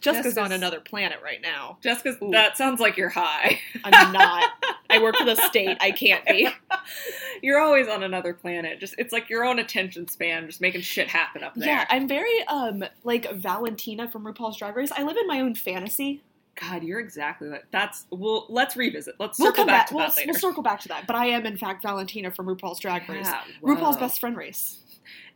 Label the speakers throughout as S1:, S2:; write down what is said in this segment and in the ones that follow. S1: Jessica's, on
S2: Jessica's-
S1: another planet right now.
S2: Jessica's
S1: Ooh.
S2: that sounds like you're high.
S1: I'm not. I work for the state. I can't be.
S2: you're always on another planet. Just it's like your own attention span, just making shit happen up there.
S1: Yeah, I'm very um like Valentina from RuPaul's Drag Race. I live in my own fantasy.
S2: God, you're exactly that. That's well. Let's revisit. Let's
S1: We'll
S2: circle
S1: come
S2: back,
S1: back.
S2: to
S1: we'll,
S2: that later.
S1: we'll circle back to that. But I am in fact Valentina from RuPaul's Drag Race.
S2: Yeah,
S1: RuPaul's
S2: whoa.
S1: best friend race.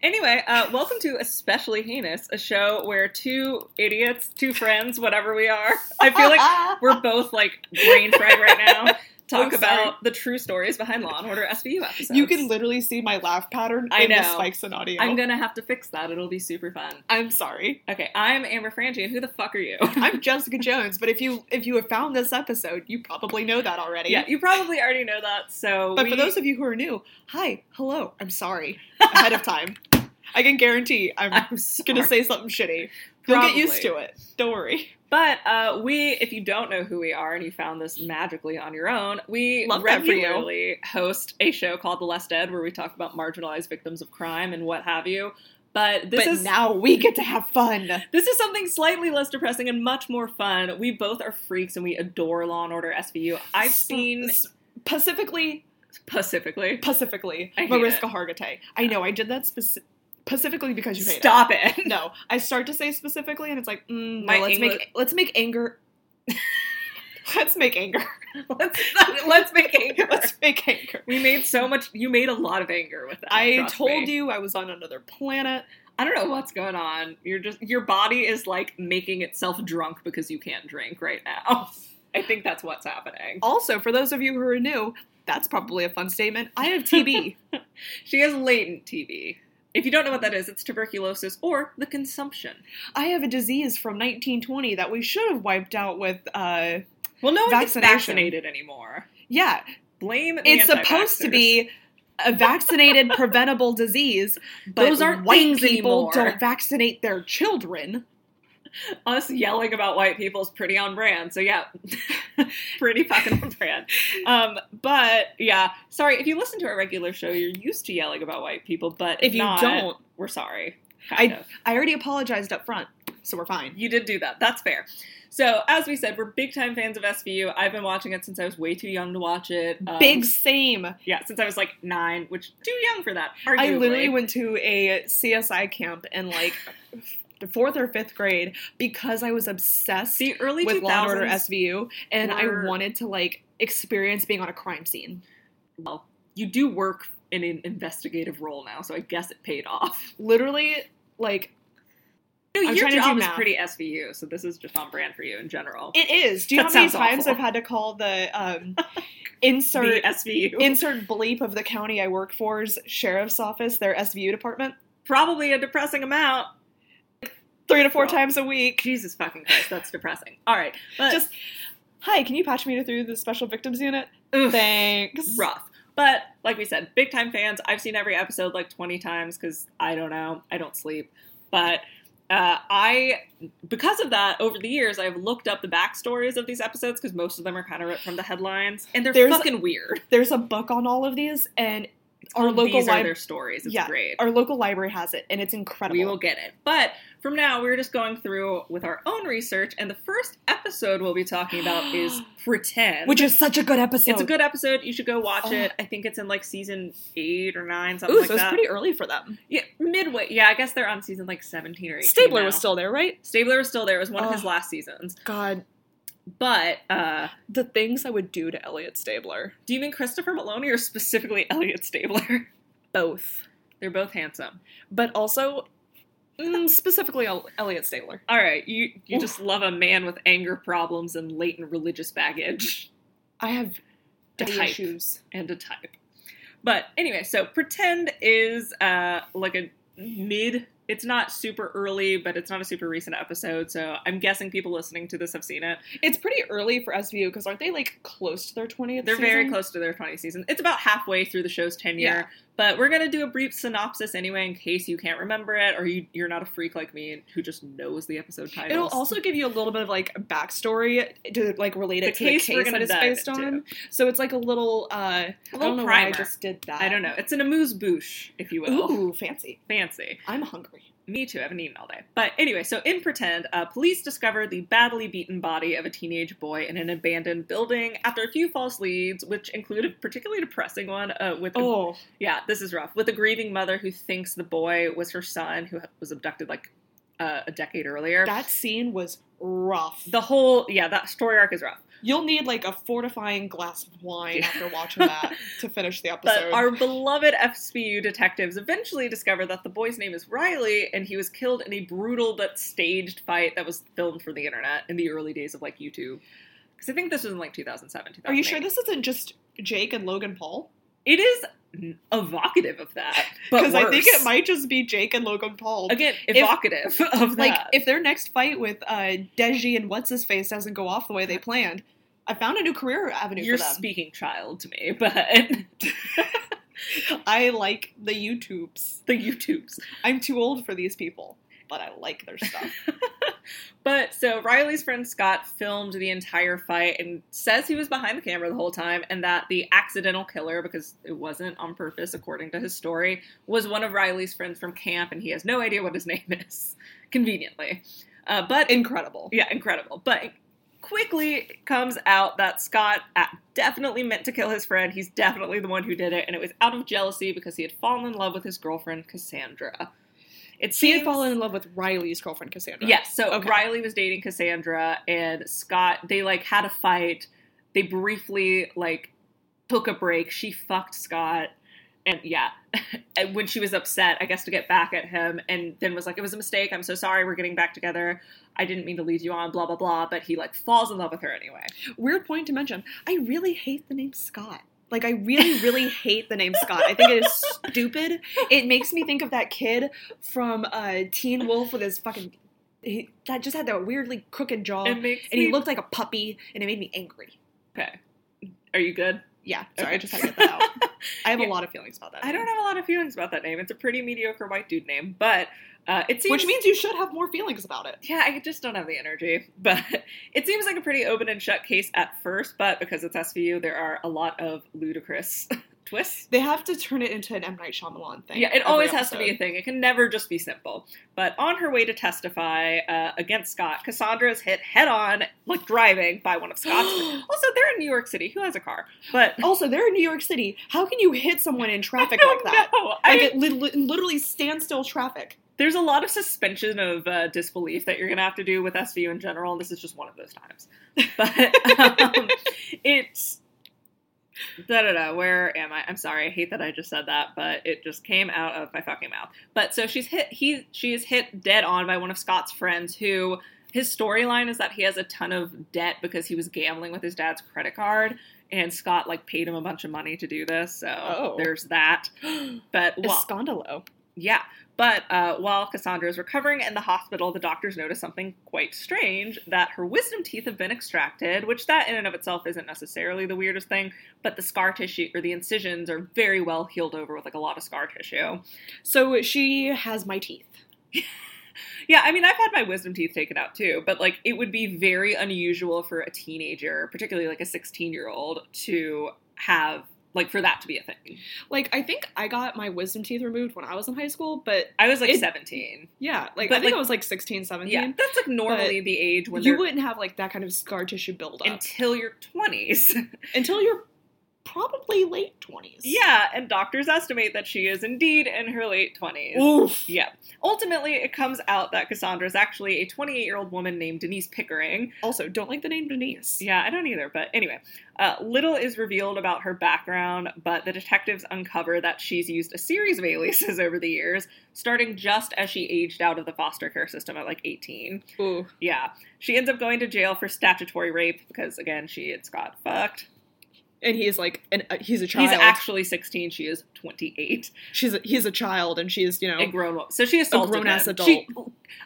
S2: Anyway, uh, welcome to Especially Heinous, a show where two idiots, two friends, whatever we are, I feel like we're both like brain fried right now. Talk
S1: I'm sorry.
S2: about the true stories behind Law and Order SVU episodes.
S1: you can literally see my laugh pattern
S2: I
S1: in the
S2: know.
S1: spikes in audio.
S2: I'm gonna have to fix that. It'll be super fun.
S1: I'm sorry.
S2: Okay, I'm Amber Frangie, and who the fuck are you?
S1: I'm Jessica Jones, but if you if you have found this episode, you probably know that already.
S2: yeah, you probably already know that. So,
S1: But
S2: we,
S1: for those of you who are new, hi, hello, I'm sorry ahead of time. I can guarantee I'm,
S2: I'm
S1: gonna
S2: sorry.
S1: say something shitty. You'll get used to it. Don't worry.
S2: But uh, we, if you don't know who we are and you found this magically on your own, we
S1: Love that for you.
S2: regularly host a show called The Less Dead where we talk about marginalized victims of crime and what have you. But this
S1: but
S2: is
S1: now we get to have fun.
S2: this is something slightly less depressing and much more fun. We both are freaks and we adore Law and Order SVU. I've
S1: S-
S2: seen
S1: s- specifically,
S2: specifically.
S1: specifically
S2: I hate
S1: Mariska
S2: it.
S1: Hargitay. I know I did that speci- specifically because you hate it.
S2: Stop it.
S1: No, I start to say specifically, and it's like, mm, no,
S2: My
S1: let's
S2: English-
S1: make let's make anger. let's make anger.
S2: let's, let's make anger.
S1: let's make anger.
S2: we made so much. You made a lot of anger with that.
S1: I
S2: trust
S1: told
S2: me.
S1: you I was on another planet.
S2: I don't know what's going on. You're just your body is like making itself drunk because you can't drink right now. I think that's what's happening.
S1: Also, for those of you who are new, that's probably a fun statement. I have TB.
S2: She has latent TB. If you don't know what that is, it's tuberculosis or the consumption.
S1: I have a disease from 1920 that we should have wiped out with. uh
S2: Well, no one gets
S1: Vaccination.
S2: vaccinated anymore.
S1: Yeah,
S2: Blame the
S1: it's supposed to
S2: anti-vaxxers.
S1: be a vaccinated preventable disease, but
S2: Those aren't
S1: white
S2: things
S1: people
S2: anymore.
S1: don't vaccinate their children.
S2: us yelling about white people is pretty on brand. So yeah, pretty fucking on brand. Um, but yeah, sorry if you listen to our regular show, you're used to yelling about white people. But if,
S1: If you
S2: not,
S1: don't-
S2: we're sorry. Kind of.
S1: I already apologized up front, so we're fine.
S2: You did do that. That's fair. So, as we said, we're big time fans of SVU. I've been watching it since I was way too young to watch it. Um,
S1: Big same.
S2: yeah, since I was like nine, which too young for that. Arguably.
S1: I literally went to a CSI camp in like the fourth or fifth grade because I was obsessed
S2: the early
S1: with
S2: 2000s.
S1: Law and Order SVU, and
S2: were-
S1: I wanted to like experience being on a crime scene.
S2: well, you do work in an investigative role now, so I guess it paid off.
S1: Literally, like
S2: No,
S1: I'm
S2: your
S1: trying to do
S2: job is
S1: math.
S2: pretty SVU, so this is just on brand for you in general.
S1: it is. Do you know
S2: That
S1: how many
S2: sounds
S1: times
S2: awful.
S1: I've had to call the um,
S2: The
S1: insert
S2: SVU,
S1: insert bleep of the county I work for's sheriff's office, their SVU department,
S2: probably a depressing amount.
S1: three to four
S2: Well,
S1: times a week.
S2: Jesus fucking Christ, that's depressing. All right, but
S1: Just hi, can you patch me through the special victims unit?
S2: Oof.
S1: Thanks.
S2: rough. But like we said, big time fans. I've seen every episode like 20 times because I don't know. I don't sleep. But uh, I, because of that, over the years, I've looked up the backstories of these episodes because most of them are kind of ripped from the headlines and they're
S1: There's-
S2: fucking weird.
S1: There's a book on all of these, and our
S2: Called
S1: local
S2: These are
S1: lib-
S2: their stories. It's
S1: Yeah,
S2: great.
S1: our local library has it, and it's incredible.
S2: We will get it. But from now, we're just going through with our own research, and the first episode we'll be talking about is Pretend.
S1: which is such a good episode.
S2: it's a good episode. You should go watch
S1: Oh.
S2: it. I think it's in like season eight or nine, something
S1: Ooh,
S2: like
S1: so it's
S2: that.
S1: pretty early for them.
S2: Yeah, midway. Yeah, I guess they're on season like 17 or 18.
S1: Stabler
S2: now.
S1: was still there, right?
S2: Stabler was still there. It was one of his
S1: Ugh.
S2: last seasons.
S1: God,
S2: But uh,
S1: the things I would do to Elliot Stabler.
S2: do you mean Christopher Maloney or specifically Elliot Stabler?
S1: Both,
S2: They're both handsome.
S1: but also mm, specifically El- Elliot Stabler.
S2: All right, you you
S1: Oof.
S2: just love a man with anger problems and latent religious baggage
S1: I have daddy
S2: type.
S1: issues.
S2: and a type. But anyway, so pretend is uh, like a mid. It's not super early, but it's not a super recent episode. So I'm guessing people listening to this have seen it.
S1: It's pretty early for SVU because aren't they like close to their 20th?
S2: They're very
S1: season?
S2: close to their 20th season. It's about halfway through the show's tenure,
S1: Yeah.
S2: but we're going to do a brief synopsis anyway in case you can't remember it or you, you're not a freak like me and who just knows the episode titles.
S1: It'll also give you a little bit of like backstory to like relate
S2: The
S1: it to
S2: case
S1: the
S2: we're
S1: case
S2: gonna
S1: that it's
S2: dive
S1: based
S2: into.
S1: on. So it's like a little. uh
S2: a
S1: I don't
S2: little
S1: know
S2: primer.
S1: why I just did that.
S2: I don't know. It's an amuse bouche, if you will.
S1: Ooh, fancy!
S2: Fancy.
S1: I'm hungry.
S2: Me too. I haven't eaten all day. But anyway, so in Pretend, uh, police discover the badly beaten body of a teenage boy in an abandoned building after a few false leads, which include a particularly depressing one uh, with a-
S1: Oh,
S2: yeah, this is rough. With a grieving mother who thinks the boy was her son who was abducted like uh, a decade earlier.
S1: that scene was rough.
S2: the whole yeah, that story arc is rough.
S1: You'll need like a fortifying glass of wine
S2: Yeah.
S1: after watching that to finish the episode.
S2: But our beloved FSBU detectives eventually discover that the boy's name is Riley, and he was killed in a brutal but staged fight that was filmed for the internet in the early days of like YouTube. Because I think this was in like 2007, 2008.
S1: Are you sure this isn't just Jake and Logan Paul?
S2: It is n- evocative of that, but
S1: Because I think
S2: worse.
S1: it might just be Jake and Logan Paul.
S2: again evocative of
S1: like
S2: that.
S1: if their next fight with uh, Deji and what's his face doesn't go off the way they planned, I found a new career avenue
S2: You're
S1: for them.
S2: speaking child to me, but
S1: I like the YouTubes.
S2: the YouTubes.
S1: I'm too old for these people, but I like their stuff.
S2: But so Riley's friend Scott filmed the entire fight and says he was behind the camera the whole time and that the accidental killer, because it wasn't on purpose according to his story, was one of Riley's friends from camp and he has no idea what his name is, conveniently. Uh, but
S1: Incredible.
S2: yeah, incredible. But quickly comes out that Scott uh, definitely meant to kill his friend. He's definitely the one who did it, and it was out of jealousy because he had fallen in love with his girlfriend Cassandra. It
S1: She
S2: seems
S1: had fallen in love with Riley's girlfriend Cassandra.
S2: Yes. So
S1: Okay.
S2: Riley was dating Cassandra and Scott. They like had a fight. They briefly like took a break. She fucked Scott. And yeah, and when she was upset, I guess to get back at him, and then was like, "It was a mistake. I'm so sorry. We're getting back together. I didn't mean to lead you on." Blah blah blah. But he like falls in love with her anyway.
S1: Weird point to mention. I really hate the name Scott. Like I really, really hate the name Scott. I think it is stupid. It makes me think of that kid from uh, Teen Wolf with his fucking he, that just had that weirdly crooked jaw,
S2: It
S1: and
S2: Oh, makes
S1: he
S2: me-
S1: looked like a puppy, and it made me angry.
S2: okay. Are you good?
S1: Yeah, sorry, I
S2: Okay.
S1: just had to get that out. I have
S2: Yeah.
S1: a lot of feelings about that.
S2: I don't
S1: name.
S2: have a lot of feelings about that name. It's a pretty mediocre white dude name, but uh, it seems
S1: which means you should have more feelings about it.
S2: Yeah, I just don't have the energy. But it seems like a pretty open and shut case at first, but because it's SVU, there are a lot of ludicrous twists.
S1: They have to turn it into an M Night Shyamalan thing.
S2: Yeah, it
S1: every
S2: always has to
S1: episode.
S2: be a thing. It can never just be simple. But on her way to testify uh, against Scott, Cassandra is hit head on, like driving, by one of Scott's. also, they're in New York City. Who has a car? But
S1: also, they're in New York City. How can you hit someone in traffic
S2: I
S1: Oh, like
S2: don't
S1: that?
S2: know. I-
S1: Like it li- li- literally standstill traffic.
S2: there's a lot of suspension of uh, disbelief that you're going to have to do with SVU in general. And this is just one of those times. But um, it's. Da da da. Where am I? I'm sorry. I hate that I just said that, but it just came out of my fucking mouth. But so she's hit. He she is hit dead on by one of Scott's friends who. His storyline is that he has a ton of debt because he was gambling with his dad's credit card, and Scott like paid him a bunch of money to do this. So
S1: Oh.
S2: there's that. But well,
S1: Escondalo.
S2: yeah, but uh, while Cassandra is recovering in the hospital, the doctors notice something quite strange that her wisdom teeth have been extracted, which that in and of itself isn't necessarily the weirdest thing, but the scar tissue or the incisions are very well healed over with like a lot of scar tissue.
S1: So she has my teeth.
S2: Yeah, I mean, I've had my wisdom teeth taken out too, but like it would be very unusual for a teenager, particularly like a 16 year old, to have like for that to be a thing.
S1: Like I think I got my wisdom teeth removed when I was in high school, but
S2: I was like
S1: It-
S2: 17.
S1: yeah, like
S2: But,
S1: I think
S2: like-
S1: I was like 16, 17.
S2: Yeah, that's like normally the age when
S1: you
S2: they're-
S1: wouldn't have like that kind of scar tissue buildup
S2: until your 20s.
S1: until you're probably late 20s.
S2: Yeah, and doctors estimate that she is indeed in her late 20s.
S1: Oof.
S2: Yeah. Ultimately, it comes out that Cassandra is actually a 28 year old woman named Denise Pickering.
S1: Also, don't like the name Denise.
S2: Yeah, I don't either, but anyway. Uh, little is revealed about her background, but the detectives uncover that she's used a series of aliases over the years, starting just as she aged out of the foster care system at like 18.
S1: Ooh.
S2: Yeah. She ends up going to jail for statutory rape because, again, she had got fucked.
S1: And he's like an, uh, he's a child.
S2: He's actually 16, she is 28.
S1: She's a, he's a child and she's, you know,
S2: a grown woman. So she assaulted
S1: grown
S2: him.
S1: ass adult.
S2: She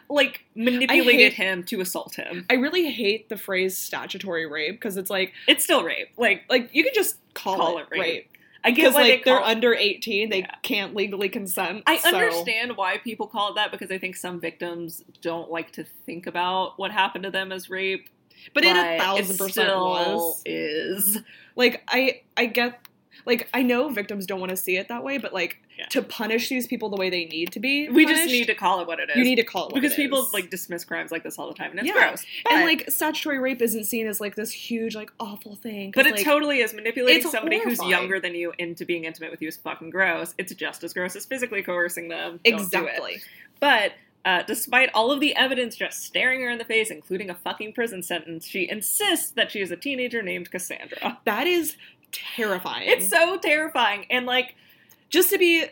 S2: like manipulated
S1: I hate-
S2: him to assault him.
S1: I really hate the phrase statutory rape because it's like
S2: It's still rape. Like
S1: like you could just call,
S2: Call
S1: it,
S2: it rape.
S1: rape.
S2: I get
S1: because
S2: why
S1: like
S2: they
S1: they are
S2: call.
S1: under 18 they
S2: Yeah.
S1: can't legally consent
S2: I
S1: so-
S2: understand why people call it that because I think some victims don't like to think about what happened to them as rape.
S1: but it
S2: but
S1: a thousand
S2: it
S1: percent
S2: still
S1: was
S2: is.
S1: like i i get Like I know victims don't want to see it that way, but like
S2: Yeah.
S1: to punish these people the way they need to be,
S2: We just
S1: punished,
S2: need to call it what it is.
S1: you need to call it what
S2: because
S1: it
S2: people
S1: is.
S2: like dismiss crimes like this all the time, and it's
S1: Yeah.
S2: gross. But,
S1: and like statutory rape isn't seen as like this huge like awful thing. 'cause,
S2: but it
S1: like,
S2: totally is manipulating
S1: it's
S2: somebody who's
S1: horrifying.
S2: younger than you into being intimate with you is fucking gross. It's just as gross as physically coercing them. Don't do it.
S1: exactly.
S2: But uh, despite all of the evidence just staring her in the face, including a fucking prison sentence, she insists that she is a teenager named Cassandra.
S1: That is terrifying.
S2: It's so terrifying. And, like,
S1: just to be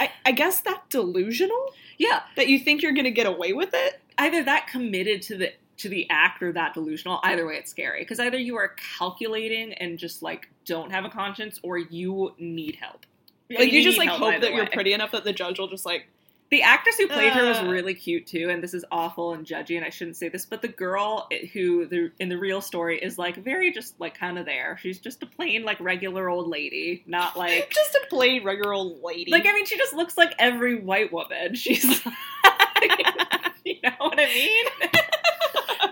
S1: I, I guess that delusional
S2: yeah,
S1: that you think you're gonna get away with it.
S2: either that committed to the to the act or that delusional either way it's scary because either you are calculating and just like don't have a conscience or you need help I
S1: Like
S2: mean,
S1: you, just
S2: need
S1: like
S2: help
S1: hope
S2: either
S1: that you're
S2: way.
S1: pretty enough that the judge will just like
S2: The actress who played her was
S1: Ugh.
S2: really cute too, and this is awful and judgy, and I shouldn't say this, but the girl i- who the, in the real story is like very just like kind of there. She's just a plain like regular old lady, not like
S1: just a plain regular old lady.
S2: like I mean she just looks like every white woman. She's like, you know what I mean?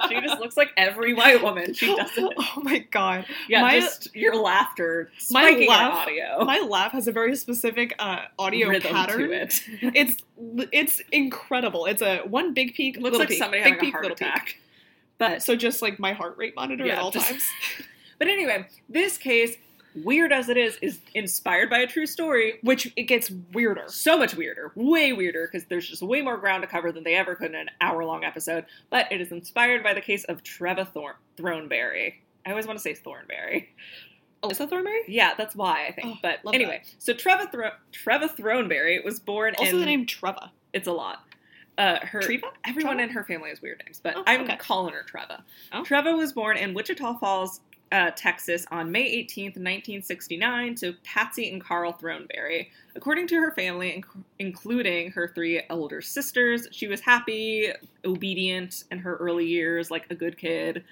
S2: she just looks like every white woman. She doesn't.
S1: Oh my god.
S2: Yeah,
S1: My-
S2: just your laughter
S1: My
S2: spiking your
S1: laugh-
S2: audio
S1: My laugh has a very specific uh, audio
S2: Oh. rhythm
S1: pattern.
S2: to it.
S1: It's it's incredible. It's a one big peak,
S2: Looks
S1: little
S2: like
S1: peak,
S2: somebody
S1: big
S2: having a
S1: peak,
S2: heart
S1: little peak.
S2: attack. But
S1: So just like my heart rate monitor at
S2: Yeah,
S1: all
S2: just-
S1: times.
S2: But anyway, this case, weird as it is, is inspired by a true story.
S1: Which it gets weirder.
S2: So much weirder, way weirder, because there's just way more ground to cover than they ever could in an hour long episode. But it is inspired by the case of Trevor Thor- Thornberry. I always want to say Thornberry.
S1: Alyssa Thornberry?
S2: Yeah, that's why I think.
S1: Oh,
S2: but
S1: love
S2: anyway, so Trevor Thro- Trevor Thornberry was born
S1: Also
S2: in.
S1: the name Treva.
S2: It's a lot. Uh, her
S1: Treva?
S2: everyone
S1: Treva?
S2: in her family has weird names, but
S1: Oh,
S2: I'm
S1: okay.
S2: calling her Treva.
S1: Oh.
S2: Treva was born in Wichita Falls, uh, Texas, on May 18th, 1969, to Patsy and Carl Throneberry. According to her family, inc- including her three older sisters, she was happy, obedient in her early years, like a good kid.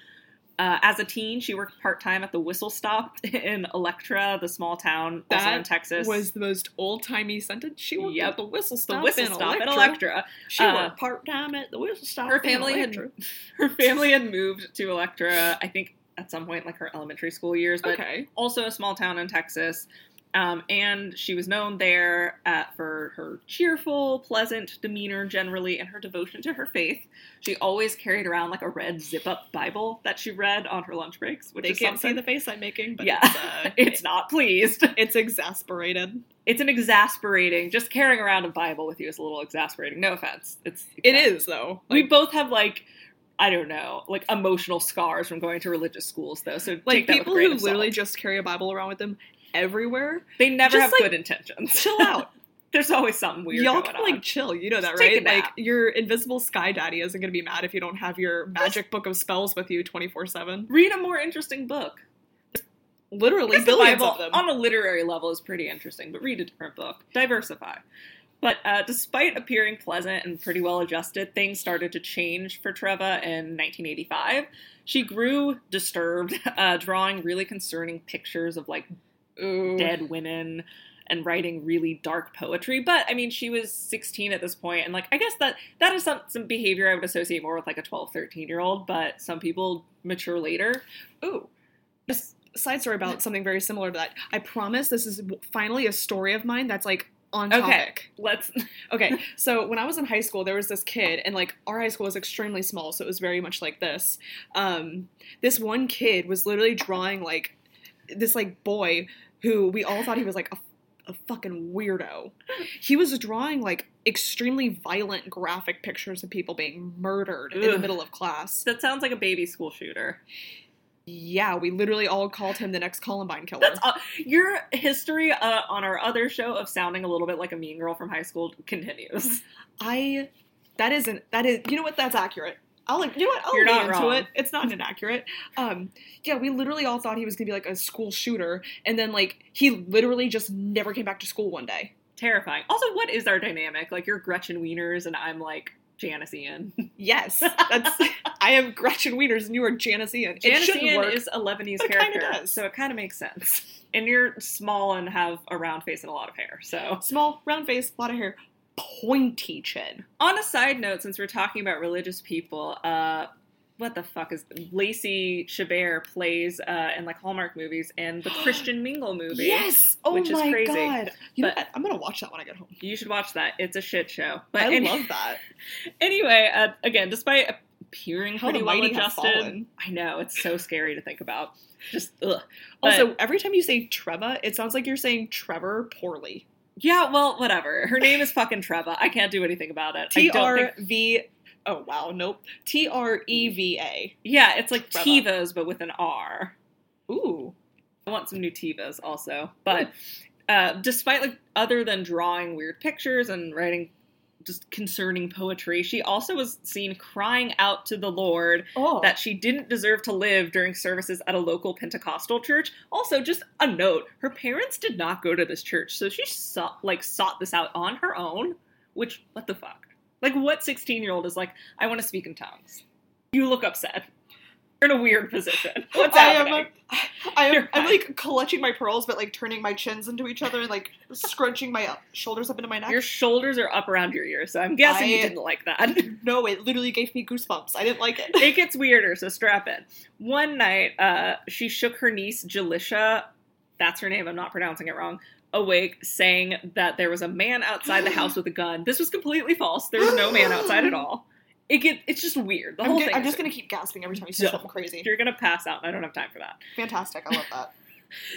S2: Uh, as a teen, she worked part time at the Whistle Stop in Electra, the small town also
S1: That
S2: in Texas.
S1: Was the most old timey sentence. She worked
S2: Yep.
S1: at the whistle
S2: the
S1: stop.
S2: Whistle
S1: in
S2: Stop in
S1: Electra.
S2: Electra.
S1: She
S2: Uh,
S1: worked part time at the whistle stop.
S2: her
S1: in
S2: family had-
S1: Electra.
S2: her family had moved to Electra, I think at some point, like her elementary school years, but
S1: okay.
S2: also a small town in Texas. Um, and she was known there uh, for her cheerful, pleasant demeanor generally and her devotion to her faith. She always carried around like a red zip up Bible that she read on her lunch breaks, which
S1: They
S2: is
S1: can't see the
S2: something.
S1: face I'm making, but
S2: Yeah.
S1: it's, uh,
S2: It's not pleased.
S1: it's exasperated.
S2: It's an exasperating, just carrying around a Bible with you is a little exasperating. No offense. It's
S1: It is though.
S2: we
S1: Like,
S2: both have like I don't know, like emotional scars from going to religious schools though. So
S1: like
S2: take that
S1: people
S2: with a grain
S1: who
S2: of
S1: literally
S2: salt.
S1: just carry a Bible around with them everywhere.
S2: they never
S1: just,
S2: have
S1: like,
S2: good intentions.
S1: Chill out.
S2: There's always something weird
S1: Y'all
S2: going
S1: can
S2: on.
S1: like chill. You know that,
S2: Just take
S1: right?
S2: a
S1: Like
S2: nap.
S1: your invisible sky daddy isn't gonna be mad if you don't have your magic book of spells with you twenty four seven.
S2: Read a more interesting book.
S1: Literally
S2: Because the
S1: billions
S2: Bible
S1: of them.
S2: on a literary level is pretty interesting, but read a different book. Diversify. But uh, despite appearing pleasant and pretty well adjusted, things started to change for Treva in 1985. She grew disturbed, uh, drawing really concerning pictures of like
S1: Ooh.
S2: dead women and writing really dark poetry but i mean she was 16 at this point and like i guess that that is some, some behavior i would associate more with like a 12 13 year old but some people mature later
S1: Ooh. Just a side story about something very similar to that. I promise this is w- finally a story of mine that's like on
S2: Okay.
S1: topic.
S2: let's
S1: Okay. so when I was in high school, there was this kid, and like our high school was extremely small, so it was very much like this. Um, this one kid was literally drawing like this like boy who we all thought he was like a, a fucking weirdo. He was drawing like extremely violent graphic pictures of people being murdered in the
S2: Ugh.
S1: middle of class.
S2: that sounds like a baby school shooter
S1: Yeah, we literally all called him the next Columbine killer.
S2: that's all, your history uh, on our other show of sounding a little bit like a mean girl from high school continues
S1: I that isn't that is you know what that's accurate. I'll like you know what I'll
S2: You're
S1: lean
S2: not
S1: into
S2: wrong.
S1: it. It's not inaccurate. Um, yeah, we literally all thought he was gonna be like a school shooter, and then like he literally just never came back to school one day.
S2: terrifying also what is our dynamic like you're gretchen wieners and i'm like janice ian
S1: Yes, that's I am Gretchen Wieners, and you are Janice Ian. it
S2: Janice
S1: shouldn't
S2: Ian
S1: work.
S2: is a Lebanese
S1: But it kinda
S2: character,
S1: does.
S2: so it kind of makes sense. And you're small and have a round face and a lot of hair. So,
S1: Small, round face, lot of hair, pointy chin.
S2: on a side note, since we're talking about religious people, uh, what the fuck is Lacey Chabert plays uh, in like Hallmark movies and the Christian Mingle movie.
S1: Yes. Oh
S2: which is
S1: my
S2: crazy.
S1: god. You know
S2: But-
S1: what? I'm gonna watch that when I get home.
S2: You should watch that. It's a shit show. But
S1: I
S2: any-
S1: love that.
S2: anyway, uh, again, despite appearing
S1: How the
S2: pretty well
S1: mighty have
S2: adjusted,
S1: fallen.
S2: I know it's so scary to think about. Just ugh. But-
S1: Also, every time you say Treva, it sounds like you're saying Trevor poorly.
S2: yeah, well, whatever. Her name is fucking Treva. I can't do anything about it. I
S1: T
S2: don't
S1: R
S2: think-
S1: V. Oh wow, nope. T R E V A.
S2: yeah, it's like
S1: Treva.
S2: Tevas but with an R.
S1: Ooh.
S2: I want some new Tevas also. But uh, despite like other than drawing weird pictures and writing just concerning poetry, she also was seen crying out to the Lord
S1: Oh.
S2: that she didn't deserve to live during services at a local Pentecostal church. Also, just a note: her parents did not go to this church, so she sought, like sought this out on her own. Which, what the fuck? Like, what sixteen-year-old is like? I want to speak in tongues. You look upset. You're in a weird position. What's
S1: I
S2: happening?
S1: am, I am,
S2: You're
S1: I'm like clutching my pearls, but like turning my chins into each other and like scrunching my up- shoulders up into my neck.
S2: Your shoulders are up around your ears, so I'm guessing you
S1: I-
S2: didn't like that.
S1: no, it literally gave me goosebumps. I didn't like it.
S2: it gets weirder, so strap in. One night, uh, she shook her niece, Jalisha, that's her name, I'm not pronouncing it wrong, awake, saying that there was a man outside the house with a gun. This was completely false. There was no man outside at all. It get, It's just weird. The
S1: I'm,
S2: whole
S1: get-
S2: thing.
S1: I'm
S2: is
S1: just gonna keep gasping every time you say
S2: No.
S1: something crazy.
S2: weird. You're going to pass out, and I don't have time for that.
S1: Fantastic, I love that.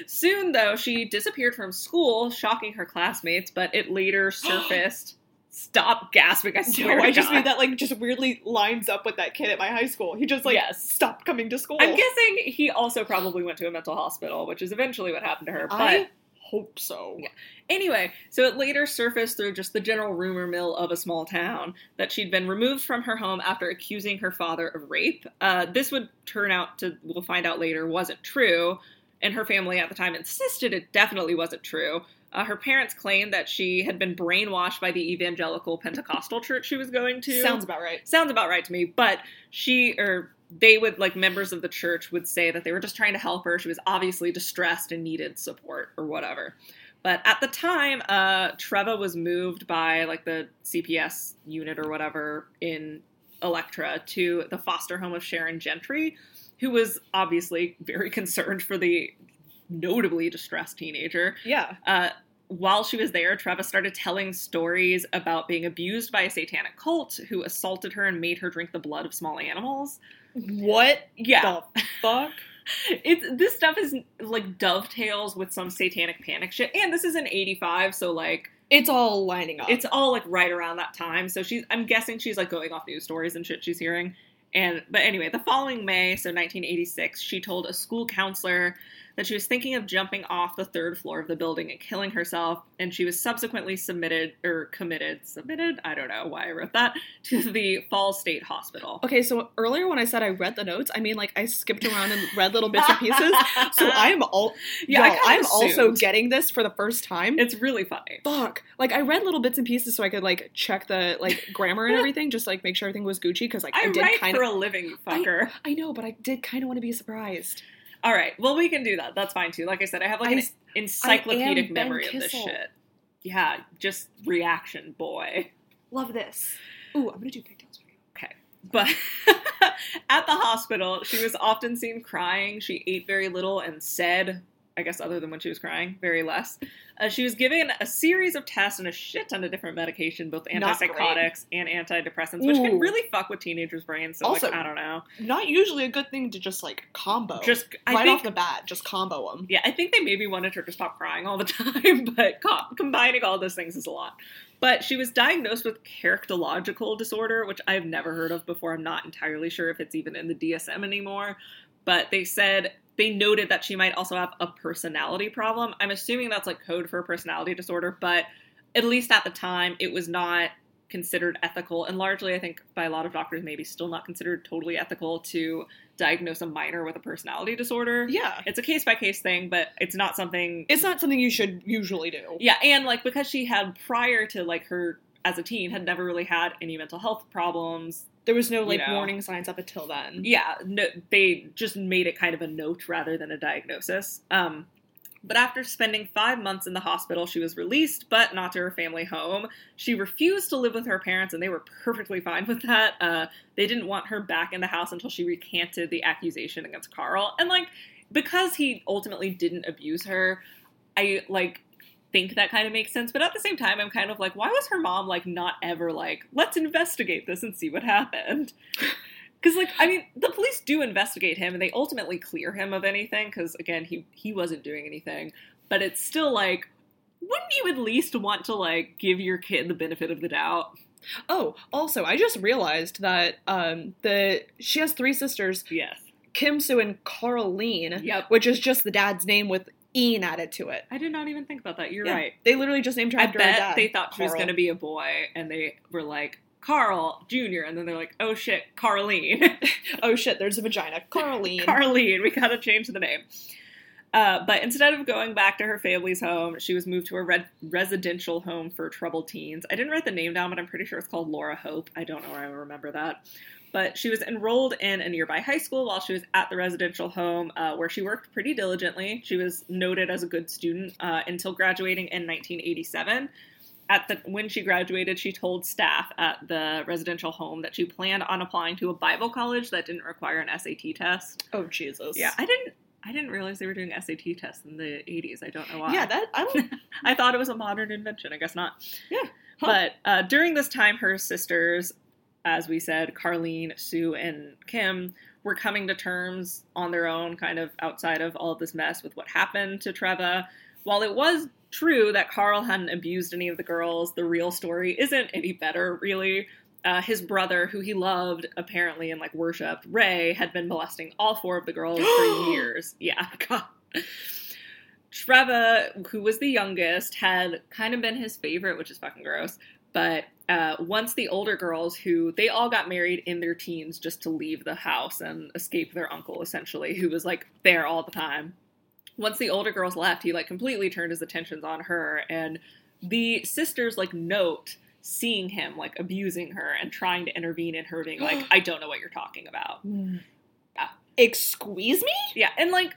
S2: Soon, though, she disappeared from school, shocking her classmates, but it later surfaced. Stop gasping, I
S1: No,
S2: swear.
S1: I
S2: to
S1: just
S2: God.
S1: mean that like just weirdly lines up with that kid at my high school. He just like
S2: Yes.
S1: stopped coming to school.
S2: I'm guessing he also probably went to a mental hospital, which is eventually what happened to her. But
S1: I hope so.
S2: Yeah. anyway, so it later surfaced through just the general rumor mill of a small town that she'd been removed from her home after accusing her father of rape. Uh, this would turn out to, we'll find out later, wasn't true. And her family at the time insisted it definitely wasn't true. Uh, her parents claimed that she had been brainwashed by the evangelical Pentecostal church she was going to
S1: Sounds about right.
S2: sounds about right to me but she or they would like members of the church would say that they were just trying to help her she was obviously distressed and needed support or whatever but at the time uh treva was moved by like the cps unit or whatever in electra to the foster home of sharon gentry who was obviously very concerned for the notably distressed teenager
S1: Yeah.
S2: uh, while she was there, Treva started telling stories about being abused by a satanic cult who assaulted her and made her drink the blood of small animals.
S1: What
S2: Yeah,
S1: the fuck?
S2: it's this stuff is like dovetails with some satanic panic shit, and this is in '85, so like
S1: It's all lining up.
S2: it's all like right around that time. So she's, I'm guessing she's like going off news stories and shit she's hearing. And but anyway, the following May, so 1986, she told a school counselor that she was thinking of jumping off the third floor of the building and killing herself. And she was subsequently submitted or committed, submitted. I don't know why I wrote that to the Fall State Hospital.
S1: Okay, so earlier when I said I read the notes, I mean like I skipped around and read little bits and pieces. So I am all yeah,
S2: yeah, I
S1: y'all,
S2: kinda
S1: I'm also
S2: assumed.
S1: getting this for the first time.
S2: It's really funny.
S1: Fuck. Like I read little bits and pieces so I could like check the like grammar and everything, just like make sure everything was Gucci because like I,
S2: I,
S1: did
S2: write
S1: kind
S2: for
S1: of.
S2: a living, you fucker.
S1: I know, but I did kind of want to be surprised.
S2: All right. Well, we can do that. That's fine too. Like I said, I have like
S1: I-
S2: an encyclopedic
S1: Ben
S2: memory of this
S1: Kissel.
S2: shit. Yeah, just reaction boy.
S1: Love this. Ooh, I'm gonna do pigtails for you.
S2: But at the hospital, she was often seen crying. She ate very little and said, I guess, other than when she was crying, very less. Uh, she was given a series of tests and a shit ton of different medication, both
S1: Not great.
S2: antipsychotics and antidepressants, which can
S1: Ooh.
S2: really fuck with teenagers' brains. So,
S1: Also- oh.
S2: like, I don't know.
S1: Not usually a good thing to just like combo.
S2: Just I
S1: right
S2: think
S1: off the bat, just combo them.
S2: Um, Yeah, I think they maybe wanted her to stop crying all the time, but co- combining all those things is a lot. But she was diagnosed with characterological disorder, which I've never heard of before. I'm not entirely sure if it's even in the DSM anymore. But they said they noted that she might also have a personality problem. I'm assuming that's like code for a personality disorder, but at least at the time, it was not considered ethical. And largely, I think by a lot of doctors, maybe still not considered totally ethical to diagnose a minor with a personality disorder
S1: Yeah,
S2: it's a case by case thing, but it's not something.
S1: it's not something you should usually do.
S2: yeah, and like because she had prior to like her as a teen had never really had any mental health problems.
S1: There was no like
S2: You know.
S1: warning signs up until then.
S2: Yeah, no, they just made it kind of a note rather than a diagnosis. Um, But after spending five months in the hospital, she was released, but not to her family home. She refused to live with her parents, and they were perfectly fine with that. Uh, they didn't want her back in the house until she recanted the accusation against Carl. And, like, because he ultimately didn't abuse her, I, like, think that kind of makes sense. But at the same time, I'm kind of like, why was her mom, like, not ever, like, let's investigate this and see what happened? Because, like, I mean, the police do investigate him, and they ultimately clear him of anything. Because again, he he wasn't doing anything. But it's still like, wouldn't you at least want to like give your kid the benefit of the doubt?
S1: Oh, also, I just realized that um, the she has three sisters,
S2: Yes,
S1: Kim Soo and Caroline,
S2: Yep.
S1: which is just the dad's name with "een" added to it.
S2: I did not even think about that. You're
S1: Yeah,
S2: right.
S1: They literally just named her
S2: I
S1: after her
S2: bet
S1: dad,
S2: they thought she was
S1: Carl.
S2: going to be a boy, and they were like Carl Junior, and then they're like, oh shit, Carlene.
S1: Oh shit, there's a vagina, Caroline.
S2: Carlene. We gotta change the name. Uh, but instead of going back to her family's home, she was moved to a red residential home for troubled teens. I didn't write the name down, but I'm pretty sure it's called Laura Hope. I don't know where I remember that. But she was enrolled in a nearby high school while she was at the residential home, uh, where she worked pretty diligently. She was noted as a good student uh, until graduating in 1987 at the when she graduated, she told staff at the residential home that she planned on applying to a Bible college that didn't require an SAT test.
S1: oh Jesus.
S2: Yeah, I didn't. I didn't realize they were doing SAT tests in the 80s. I don't know why.
S1: Yeah, that I don't.
S2: I thought it was a modern invention. I guess not.
S1: Yeah. Huh.
S2: But uh, during this time, her sisters, as we said, Carlene, Sue, and Kim, were coming to terms on their own, kind of outside of all of this mess with what happened to Treva. While it was true that Carl hadn't abused any of the girls, the real story isn't any better, really. Uh, his brother, who he loved apparently and like worshipped, Ray, had been molesting all four of the girls for years. Yeah, God. Treva, who was the youngest, had kind of been his favorite, which is fucking gross. But uh, once the older girls, who they all got married in their teens just to leave the house and escape their uncle, essentially, who was like there all the time. Once the older girls left, he like completely turned his attentions on her. And the sisters like note seeing him like abusing her and trying to intervene and her being like, I don't know what you're talking about.
S1: Mm. Excuse me?
S2: Yeah, and like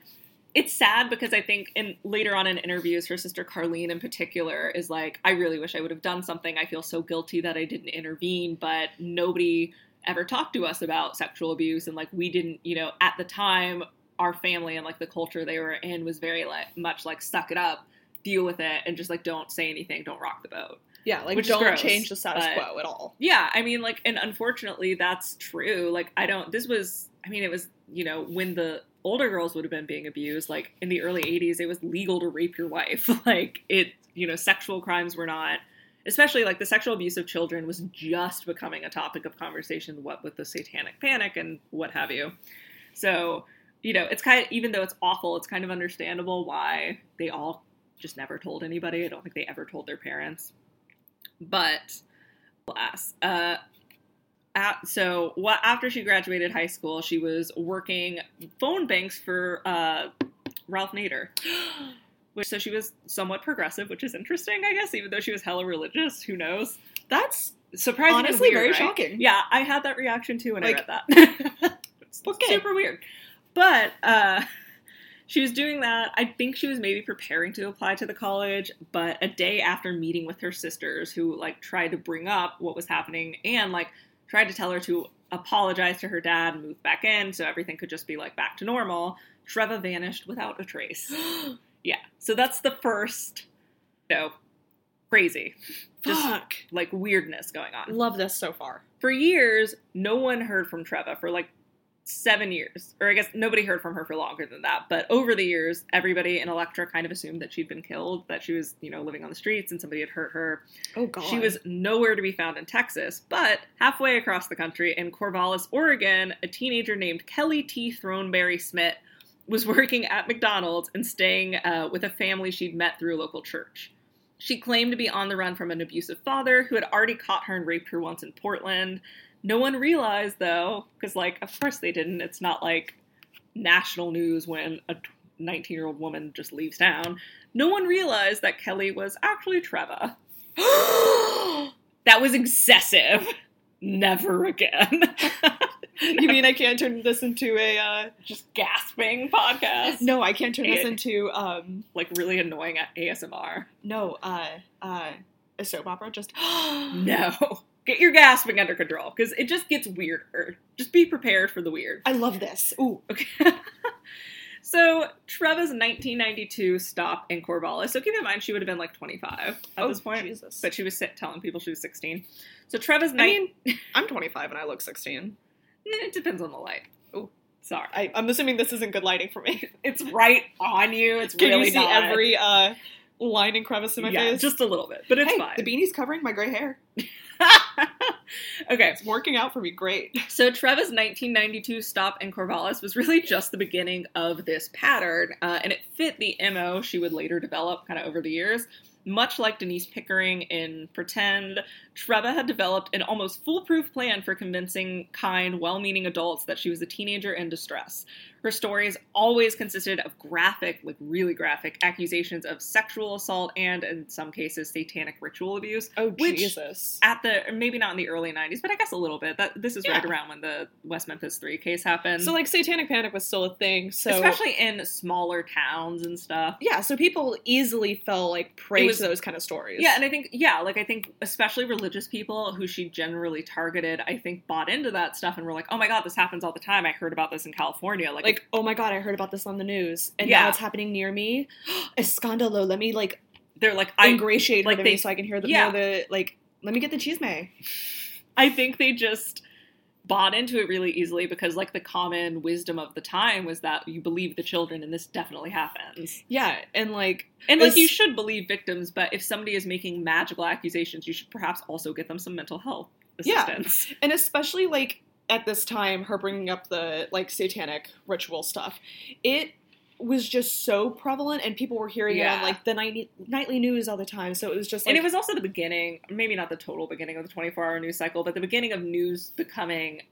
S2: it's sad because I think in later on in interviews, her sister Carlene in particular is like, I really wish I would have done something. I feel so guilty that I didn't intervene, but nobody ever talked to us about sexual abuse and like we didn't, you know, at the time our family and like the culture they were in was very like much like suck it up, deal with it and just like don't say anything, don't rock the boat.
S1: Yeah, like
S2: Which is
S1: don't
S2: gross,
S1: change the status
S2: but-
S1: quo at all.
S2: Yeah, I mean, like, and unfortunately, that's true. Like, I don't. This was, I mean, it was, you know, when the older girls would have been being abused, like in the early '80s, it was legal to rape your wife. Like, it, you know, sexual crimes were not, especially like the sexual abuse of children was just becoming a topic of conversation. What with the Satanic Panic and what have you. So, you know, it's kind of even though it's awful, it's kind of understandable why they all just never told anybody. I don't think they ever told their parents. But ass. Uh, at, so what? After she graduated high school, she was working phone banks for uh, Ralph Nader. Which, so she was somewhat progressive, which is interesting, I guess. Even though she was hella religious, who knows?
S1: That's
S2: Surprising, and
S1: honestly
S2: weird,
S1: very
S2: right?
S1: shocking.
S2: Yeah, I had that reaction too when
S1: Like-
S2: I read that. It's
S1: Okay.
S2: Super weird. But uh, she was doing that. I think she was maybe preparing to apply to the college, but a day after meeting with her sisters, who like tried to bring up what was happening and like tried to tell her to apologize to her dad and move back in so everything could just be like back to normal, Treva vanished without a trace. Yeah. So that's the first, you know, crazy, just
S1: Fuck.
S2: like weirdness going on
S1: Love this so far.
S2: for years, no one heard from Treva for like seven years, or I guess nobody heard from her for longer than that. But over the years, everybody in Electra kind of assumed that she'd been killed, that she was, you know, living on the streets and somebody had hurt her.
S1: Oh god.
S2: She was nowhere to be found in Texas, but halfway across the country in Corvallis, Oregon, a teenager named Kelly T. Throneberry Smith was working at McDonald's and staying uh, with a family she'd met through a local church. She claimed to be on the run from an abusive father who had already caught her and raped her once in Portland. No one realized, though, because, like, of course they didn't. It's not like national news when a 19 year old woman just leaves town. No one realized that Kelly was actually Treva. That was excessive. Never again.
S1: You mean I can't turn this into a? Uh,
S2: Just gasping podcast.
S1: no, I can't turn this
S2: It-
S1: into um.
S2: Like really annoying at ASMR.
S1: No, uh, uh, a soap opera. Just
S2: No. Get your gasping under control because it just gets weirder. Just be prepared for the weird.
S1: I love this. Ooh,
S2: Okay. so Treva's 1992 stop in Corvallis. So keep in mind she would have been like 25 at
S1: oh,
S2: this point,
S1: Jesus.
S2: but she was sit- telling people she was 16. So Treva's
S1: I
S2: night.
S1: mean, I'm 25 and I look 16.
S2: it depends on the light.
S1: Oh.
S2: sorry.
S1: I, I'm assuming this isn't good lighting for me.
S2: It's right on you. It's
S1: Can
S2: really
S1: you see
S2: not.
S1: every uh, line and crevice in my
S2: yeah,
S1: face?
S2: just a little bit, but it's
S1: hey,
S2: fine.
S1: the beanie's covering my gray hair.
S2: okay,
S1: It's working out for me great.
S2: So Treva's 1992 stop in Corvallis was really just the beginning of this pattern, uh, and it fit the MO she would later develop kind of over the years. Much like Denise Pickering in Pretend, Treva had developed an almost foolproof plan for convincing kind, well meaning adults that she was a teenager in distress. Her stories always consisted of graphic, like really graphic, accusations of sexual assault and, in some cases, satanic ritual abuse
S1: Oh
S2: Which-
S1: Jesus!
S2: at the or maybe not in the early 90s but i guess a little bit that this is right
S1: Yeah.
S2: around when the west memphis 3 case happened
S1: So like, satanic panic was still a thing. So
S2: especially in smaller towns and stuff
S1: yeah, so people easily fell like
S2: It
S1: prey
S2: was-
S1: to those kind of stories.
S2: yeah and i think yeah like i think especially religious people who she generally targeted i think bought into that stuff and were like oh my god this happens all the time i heard about this in california like,
S1: like, oh my god, I heard about this on the news, and
S2: Yeah.
S1: now it's happening near me. Escandalo, let me like
S2: they're like i
S1: ingratiate
S2: like
S1: with
S2: they-
S1: me so I can hear the
S2: yeah.
S1: more the like. Let me get the cheese may.
S2: I think they just bought into it really easily because like the common wisdom of the time was that you believe the children and this definitely happens
S1: Yeah, and like
S2: And like
S1: This-
S2: you should believe victims, but if somebody is making magical accusations, you should perhaps also get them some mental health
S1: Yeah.
S2: assistance.
S1: and especially like at this time her bringing up the like satanic ritual stuff it was just so prevalent and people were hearing it
S2: Yeah.
S1: on like the night- nightly news all the time so it was just like
S2: and it was also the beginning, maybe not the total beginning of the 24-hour news cycle, but the beginning of news becoming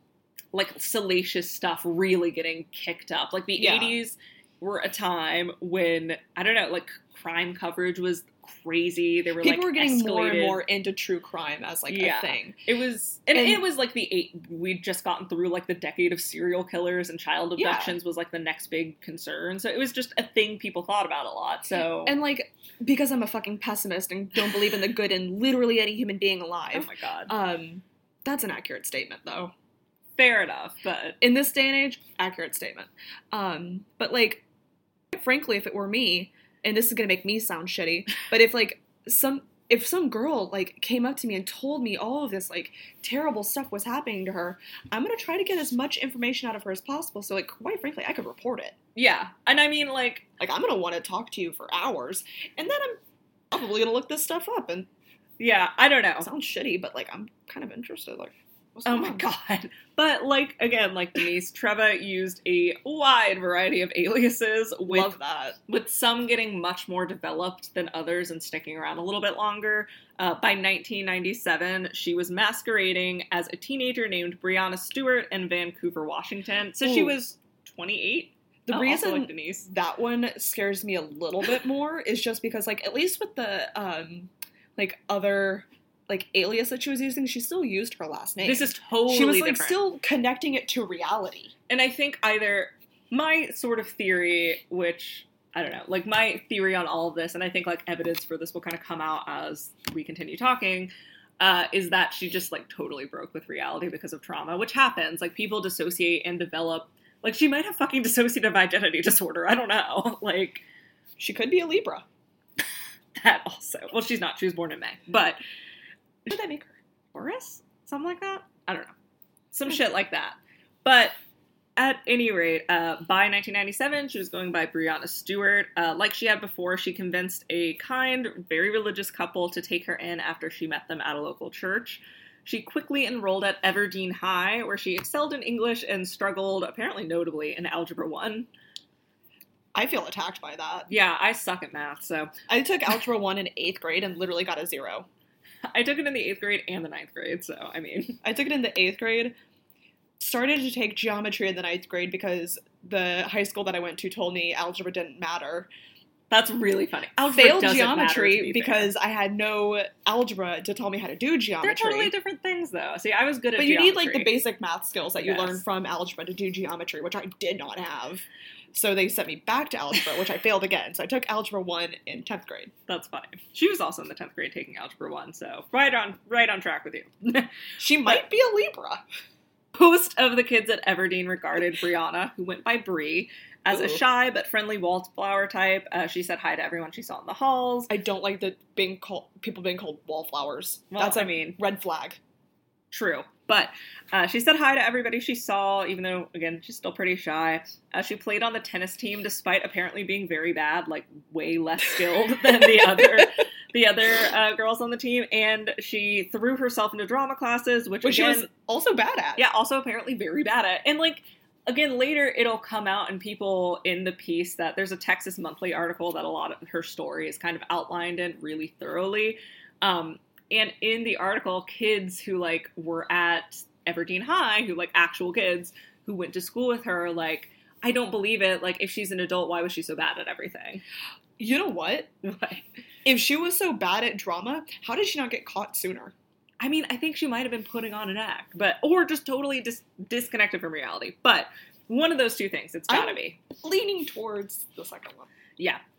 S2: like salacious stuff really getting kicked up. Like the
S1: Yeah.
S2: 80s were a time when I don't know, like crime coverage was crazy. They were
S1: people
S2: like
S1: were getting more and
S2: escalated.
S1: more into true crime as like
S2: Yeah.
S1: a thing
S2: It was, and,
S1: And-
S2: it was like the eight. We'd just gotten through like the decade of serial killers and child
S1: Yeah.
S2: abductions was like the next big concern. So it was just a thing people thought about a lot. So
S1: and like because i'm a fucking pessimist and don't believe in the good in literally any human being
S2: oh
S1: alive
S2: my god,
S1: um that's an accurate statement though
S2: fair enough. But
S1: in this day and age, accurate statement. Um, but like, frankly, if it were me, and this is gonna make me sound shitty, but if like some if some girl like came up to me and told me all of this like terrible stuff was happening to her, I'm gonna try to get as much information out of her as possible. So like, quite frankly, I could report it.
S2: yeah, and I mean like
S1: Like, I'm gonna want to talk to you for hours, and then I'm probably gonna look this stuff up. And
S2: yeah, I don't know.
S1: it sounds shitty, but like, I'm kind of interested. Like, what's
S2: Oh
S1: going
S2: my
S1: on?
S2: god. But like again, like Denise, Treva used a wide variety of aliases with
S1: Love that.
S2: with some getting much more developed than others and sticking around a little bit longer. Uh, by 1997, she was masquerading as a teenager named Brianna Stewart in Vancouver, Washington. So she
S1: Ooh.
S2: was 28.
S1: The
S2: uh, also
S1: reason
S2: like Denise.
S1: that one scares me a little bit more is just because like at least with the um like other like alias that she was using she still used her last name
S2: This is totally
S1: she was like
S2: different.
S1: still connecting it to reality
S2: and I think either my sort of theory, which I don't know, like my theory on all of this, and I think like evidence for this will kind of come out as we continue talking, uh, is that she just like totally broke with reality because of trauma, which happens. Like people dissociate and develop. Like she might have fucking dissociative identity disorder. I don't know. Like
S1: she could be a libra
S2: that also. Well, she's not. She was born in May, but
S1: what did that make her
S2: Taurus? Something like that? I don't know. Some shit like that. But at any rate, uh, by 1997, she was going by Brianna Stewart. Uh, like she had before, she convinced a kind, very religious couple to take her in after she met them at a local church. She quickly enrolled at Everdeen High, where she excelled in English and struggled, apparently notably, in Algebra 1.
S1: i feel attacked by that
S2: Yeah, I suck at math, so
S1: i took algebra 1 in eighth grade and literally got a zero
S2: I took it in the eighth grade and the ninth grade, so I mean,
S1: i took it in the eighth grade started to take geometry in the ninth grade because the high school that i went to told me algebra didn't matter
S2: That's really funny. Algebra
S1: failed
S2: doesn't matter to
S1: geometry
S2: me,
S1: because I had no algebra to tell me how to do
S2: fair. they're
S1: geometry.
S2: totally different things, though. See, I was good at.
S1: but you need like the
S2: geometry.
S1: basic math skills that you
S2: Yes.
S1: learn from algebra to do geometry, which I did not have. So they sent me back to algebra, which I failed again. So I took algebra one in tenth grade.
S2: That's fine. She was also in the tenth grade taking algebra one, so right on, right on track with you.
S1: She might be a Libra.
S2: Most of the kids at Everdeen regarded Brianna, who went by Bree, as
S1: Ooh.
S2: a shy but friendly wallflower type. Uh, she said hi to everyone she saw in the halls.
S1: I don't like the being called people being called wallflowers.
S2: Well,
S1: That's
S2: I
S1: a
S2: mean,
S1: red flag.
S2: true. But uh, she said hi to everybody she saw, even though, again, she's still pretty shy. Uh, she played on the tennis team despite apparently being very bad, like way less skilled than the other. The other uh, girls on the team, and she threw herself into drama classes, which,
S1: Which she
S2: again,
S1: was also bad at.
S2: yeah also apparently very bad at and like again later it'll come out in people in the piece that there's a texas monthly article that a lot of her story is kind of outlined in really thoroughly um, and in the article kids who like were at everdeen high who like actual kids who went to school with her like i don't believe it like if she's an adult why was she so bad at everything
S1: You know what?
S2: Like,
S1: If she was so bad at drama, how did she not get caught sooner?
S2: I mean, I think she might have been putting on an act, but or just totally dis- disconnected from reality. But one of those two things, it's gotta
S1: I'm-
S2: be.
S1: Leaning towards the second one.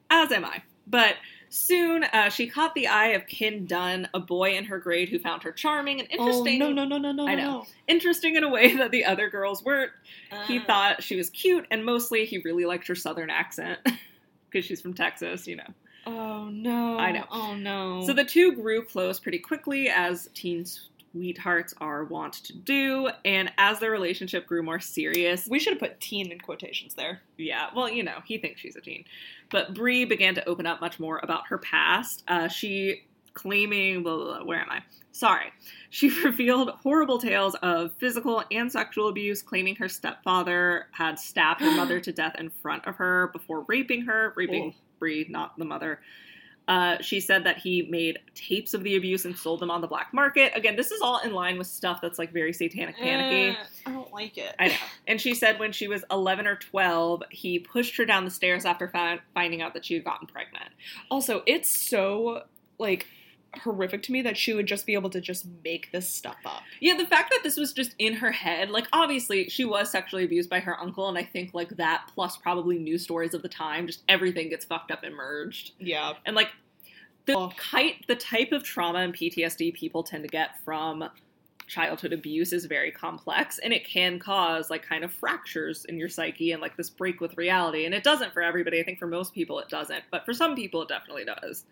S2: as am I. But soon uh, she caught the eye of Kin Dunn, a boy in her grade who found her charming and interesting.
S1: Oh, no, no, no, no, no,
S2: I
S1: no,
S2: know.
S1: no.
S2: Interesting in a way that the other girls weren't. He
S1: Ah.
S2: thought she was cute, and mostly he really liked her southern accent because she's from Texas, you know.
S1: Oh no.
S2: I know.
S1: Oh no.
S2: So the two grew close pretty quickly, as teen sweethearts are wont to do, and as their relationship grew more serious,
S1: we should have put teen in quotations there.
S2: Yeah, well, you know, he thinks she's a teen. But Bree began to open up much more about her past. Uh, she claiming, blah, blah, blah, where am I? Sorry. She revealed horrible tales of physical and sexual abuse, claiming her stepfather had stabbed her mother to death in front of her before raping her, raping
S1: Ooh.
S2: Bree, not the mother. Uh, she said that he made tapes of the abuse and sold them on the black market. Again, this is all in line with stuff that's like very satanic panicky.
S1: Eh, I don't like it.
S2: I know. And she said when she was 11 or 12, he pushed her down the stairs after fi- finding out that she had gotten pregnant.
S1: Also, it's so like horrific to me that she would just be able to just make this stuff up.
S2: Yeah, the fact that this was just in her head, like obviously she was sexually abused by her uncle, and I think like that plus probably news stories of the time, just everything gets fucked up and merged.
S1: Yeah.
S2: And like the
S1: Oh.
S2: kite, the type of trauma and PTSD people tend to get from childhood abuse is very complex and it can cause like kind of fractures in your psyche and like this break with reality and it doesn't for everybody i think for most people it doesn't but for some people it definitely does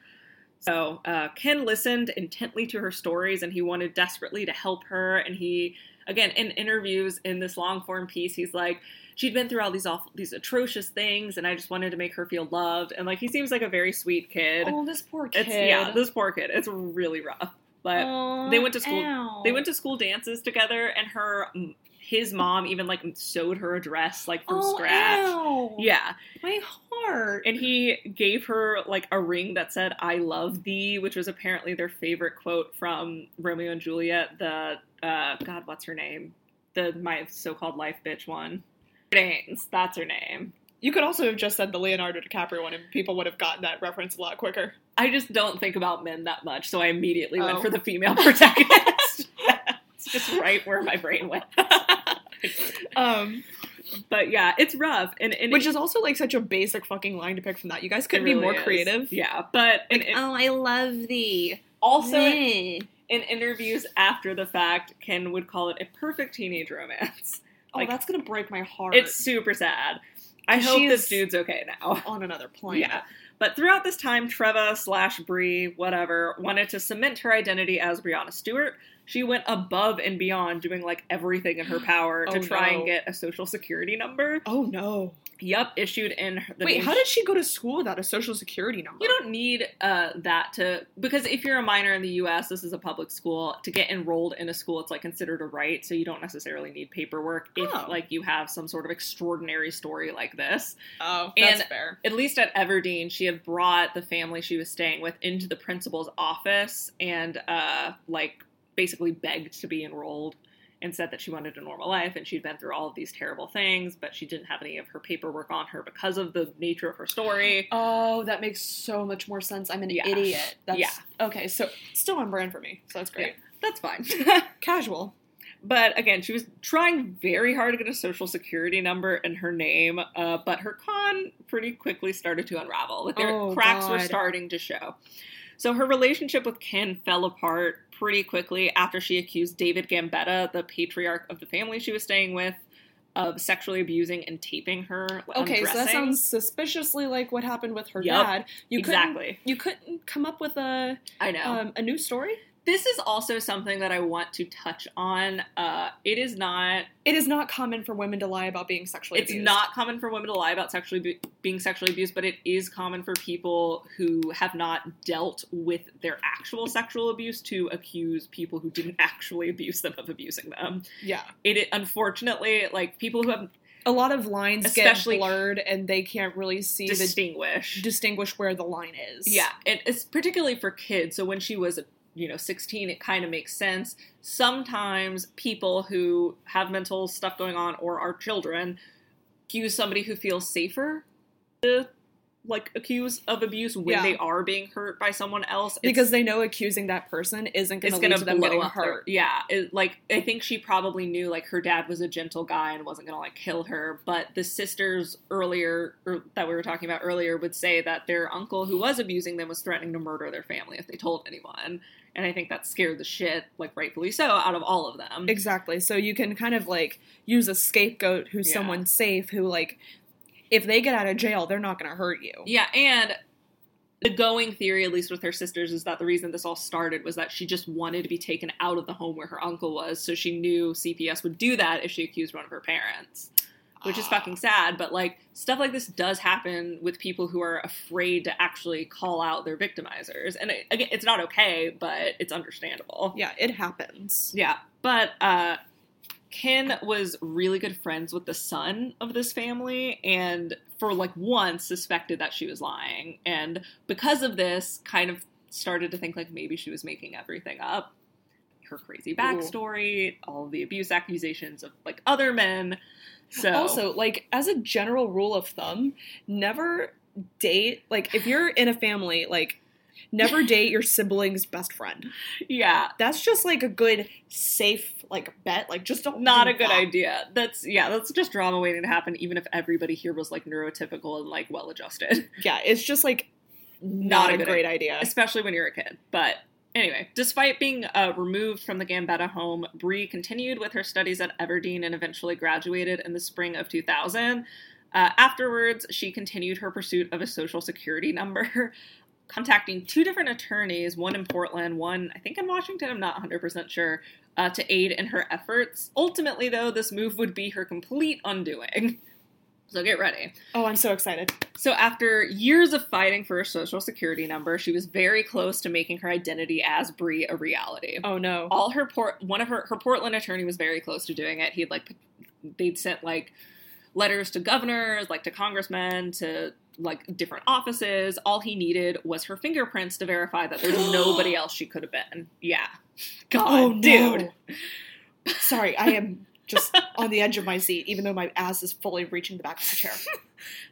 S2: so uh, ken listened intently to her stories and he wanted desperately to help her and he again in interviews in this long form piece he's like she'd been through all these awful these atrocious things and i just wanted to make her feel loved and like he seems like a very sweet kid
S1: Oh, this uh, poor kid.
S2: it's yeah this poor kid it's really rough but they went to school- they went to school dances together, and her, his mom even like sewed her a dress like from
S1: oh,
S2: scratch.
S1: ow.
S2: Yeah,
S1: My heart.
S2: and he gave her like a ring that said "I love thee," which was apparently their favorite quote from Romeo and Juliet. The uh, God, what's her name? The my so-called life bitch one. Danes, that's her name.
S1: you could also have just said the Leonardo DiCaprio one, and people would have gotten that reference a lot quicker.
S2: I just don't think about men that much, so I immediately went
S1: Oh.
S2: for the female protagonist. it's just right where my brain went.
S1: Um,
S2: But yeah, it's rough, and, and
S1: which is also like such a basic fucking line to pick from that. You guys could
S2: It
S1: be
S2: really
S1: more
S2: is.
S1: creative.
S2: Yeah, but and it-
S1: Oh, I love thee.
S2: also in, in interviews after the fact, Ken would call it a perfect teenage romance.
S1: oh,
S2: like-
S1: that's gonna break my heart.
S2: It's super sad. I
S1: And
S2: hope
S1: she
S2: this
S1: is-
S2: dude's okay now.
S1: on another planet.
S2: Yeah. But throughout this time, Treva slash Bree, whatever, wanted to cement her identity as Brianna Stewart. She went above and beyond, doing like everything in her power to
S1: Oh,
S2: try and
S1: no.
S2: get a social security number.
S1: Oh no.
S2: Yup, issued in her- the
S1: Wait,
S2: name
S1: how did she go to school without a social security number?
S2: You don't need uh, that to because if you're a minor in the U.S., this is a public school. To get enrolled in a school, it's like considered a right, so you don't necessarily need paperwork if
S1: Oh.
S2: like you have some sort of extraordinary story like this.
S1: Oh,
S2: that's
S1: fair.
S2: At least at Everdeen, she had brought the family she was staying with into the principal's office and uh, like basically begged to be enrolled. and said that she wanted a normal life and she'd been through all of these terrible things, but she didn't have any of her paperwork on her because of the nature of her story.
S1: Oh, that makes so much more sense. I'm an
S2: Yeah.
S1: idiot. That's okay, so still on brand for me. So that's great.
S2: That's fine.
S1: Casual.
S2: but again, she was trying very hard to get a social security number and her name, uh, but her con pretty quickly started to unravel. Like, Their
S1: Oh,
S2: cracks were
S1: God.
S2: starting to show. So her relationship with Ken fell apart pretty quickly after she accused David Gambetta, the patriarch of the family she was staying with, of sexually abusing and taping her. on
S1: Okay, so that
S2: dressing.
S1: sounds suspiciously like what happened with her
S2: Yup.
S1: dad. You couldn't
S2: exactly.
S1: you couldn't come up with a
S2: I know.
S1: um, a new story?
S2: this is also something that I want to touch on. Uh, it is not.
S1: It is not common for women to lie about being sexually
S2: it's
S1: abused.
S2: not common for women to lie about sexually abu- being sexually abused, but it is common for people who have not dealt with their actual sexual abuse to accuse people who didn't actually abuse them of abusing them.
S1: Yeah.
S2: It, it unfortunately like people who have
S1: A lot of lines
S2: Especially-
S1: get blurred and they can't really see the
S2: distinguished.
S1: distinguish where the line is.
S2: Yeah, and it's particularly for kids. So when she was, you know, 16, it kind of makes sense. Sometimes people who have mental stuff going on or are children accuse somebody who feels safer to like accuse of abuse when
S1: Yeah.
S2: they are being hurt by someone else It's-
S1: Because they know accusing that person isn't going
S2: it's
S1: to
S2: gonna
S1: lead to them
S2: blow
S1: getting
S2: up their-
S1: hurt.
S2: yeah, it- like I think she probably knew like her dad was a gentle guy and wasn't gonna like kill her, but the sisters earlier or that we were talking about earlier would say that their uncle who was abusing them was threatening to murder their family if they told anyone, and I think that scared the shit like rightfully so out of all of them.
S1: Exactly. So you can kind of like use a scapegoat who's
S2: Yeah.
S1: someone safe who like if they get out of jail, they're not going to hurt you.
S2: Yeah, and the going theory, at least with her sisters, is that the reason this all started was that she just wanted to be taken out of the home where her uncle was, so she knew CPS would do that if she accused one of her parents. Which is
S1: Ah.
S2: fucking sad, but like stuff like this does happen with people who are afraid to actually call out their victimizers. And it, again, it's not okay, but it's understandable.
S1: Yeah, it happens.
S2: Yeah, but uh, Ken was really good friends with the son of this family, and for like once suspected that she was lying, and because of this, kind of started to think like maybe she was making everything up. Her crazy backstory, all the abuse accusations of like other men. So
S1: Also, like as a general rule of thumb, never date like if you're in a family like never date your sibling's best friend.
S2: yeah,
S1: That's just like a good safe like bet. Like just don't
S2: not
S1: do
S2: a good
S1: that.
S2: idea. That's yeah, that's just drama waiting to happen. Even if everybody here was like neurotypical and like well adjusted.
S1: Yeah, it's just like
S2: Not
S1: not,
S2: a
S1: a
S2: good
S1: great idea.
S2: especially when you're a kid. But anyway, despite being uh, removed from the Gambetta home, Bree continued with her studies at Everdeen and eventually graduated in the spring of 2000. Uh, afterwards, she continued her pursuit of a social security number, contacting two different attorneys, one in Portland, one I think in Washington, I'm not 100% sure, uh, to aid in her efforts. Ultimately, though, this move would be her complete undoing. So get ready.
S1: Oh, I'm so excited.
S2: So, after years of fighting for a social security number, she was very close to making her identity as Bree a reality.
S1: Oh no.
S2: All her port, one of her her Portland attorney was very close to doing it. He'd like, p- they'd sent like letters to governors, like to congressmen, to like different offices. All he needed was her fingerprints to verify that there's nobody else she could have been. Yeah, God,
S1: oh
S2: dude.
S1: no. Sorry, I am just on the edge of my seat, even though my ass is fully reaching the back of the chair.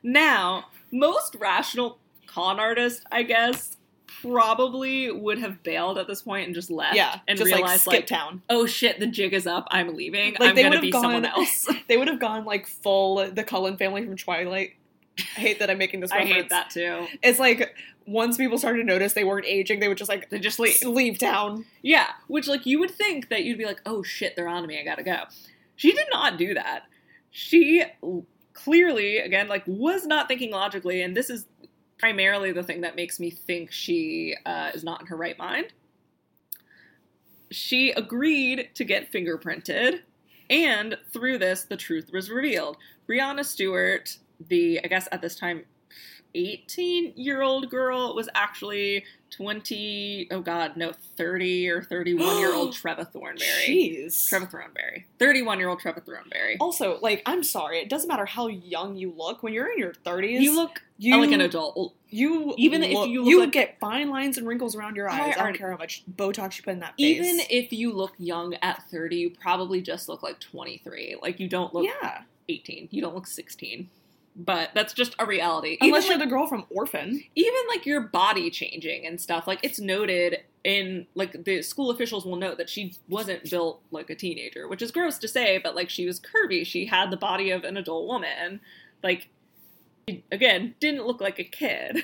S2: Now, most rational con artists, I guess, probably would have bailed at this point and just left.
S1: yeah,
S2: and
S1: just like
S2: realized
S1: skip
S2: like,
S1: town.
S2: oh shit, the jig is up. I'm leaving.
S1: Like
S2: I'm
S1: they
S2: gonna
S1: would
S2: be
S1: have gone.
S2: someone else.
S1: They would have gone like full the Cullen family from Twilight. I hate that I'm making this
S2: I
S1: reference.
S2: hate that too.
S1: It's like once people started to notice they weren't aging, they would just like
S2: They just leave.
S1: leave town.
S2: Yeah, which like you would think that you'd be like, oh shit, they're on to me. I gotta go. She did not do that. She l- clearly, again, like was not thinking logically, and this is primarily the thing that makes me think she uh, is not in her right mind. She agreed to get fingerprinted, and through this, the truth was revealed. Brianna Stewart, the I guess at this time 18 year old girl was actually 20, oh god, no, 30 or 31 year old Trevor Thornberry.
S1: Jeez.
S2: Trevor Thornberry. 31 year old Trevor Thornberry.
S1: Also, like, I'm sorry. It doesn't matter how young you look. When you're in your 30s,
S2: You look
S1: you,
S2: like an adult.
S1: You
S2: Even if
S1: look-
S2: you look like-
S1: get fine lines and wrinkles around your
S2: I
S1: eyes. I don't
S2: already-
S1: care how much Botox you put in that face.
S2: Even if you look young at 30, you probably just look like 23. Like you don't look
S1: yeah,
S2: 18. You don't look 16. But that's just a reality.
S1: unless
S2: even,
S1: you're the girl from Orphan.
S2: even like your body changing and stuff, like it's noted in like the school officials will note that she wasn't built like a teenager, which is gross to say, but like she was curvy. She had the body of an adult woman. Like she, again, didn't look like a kid.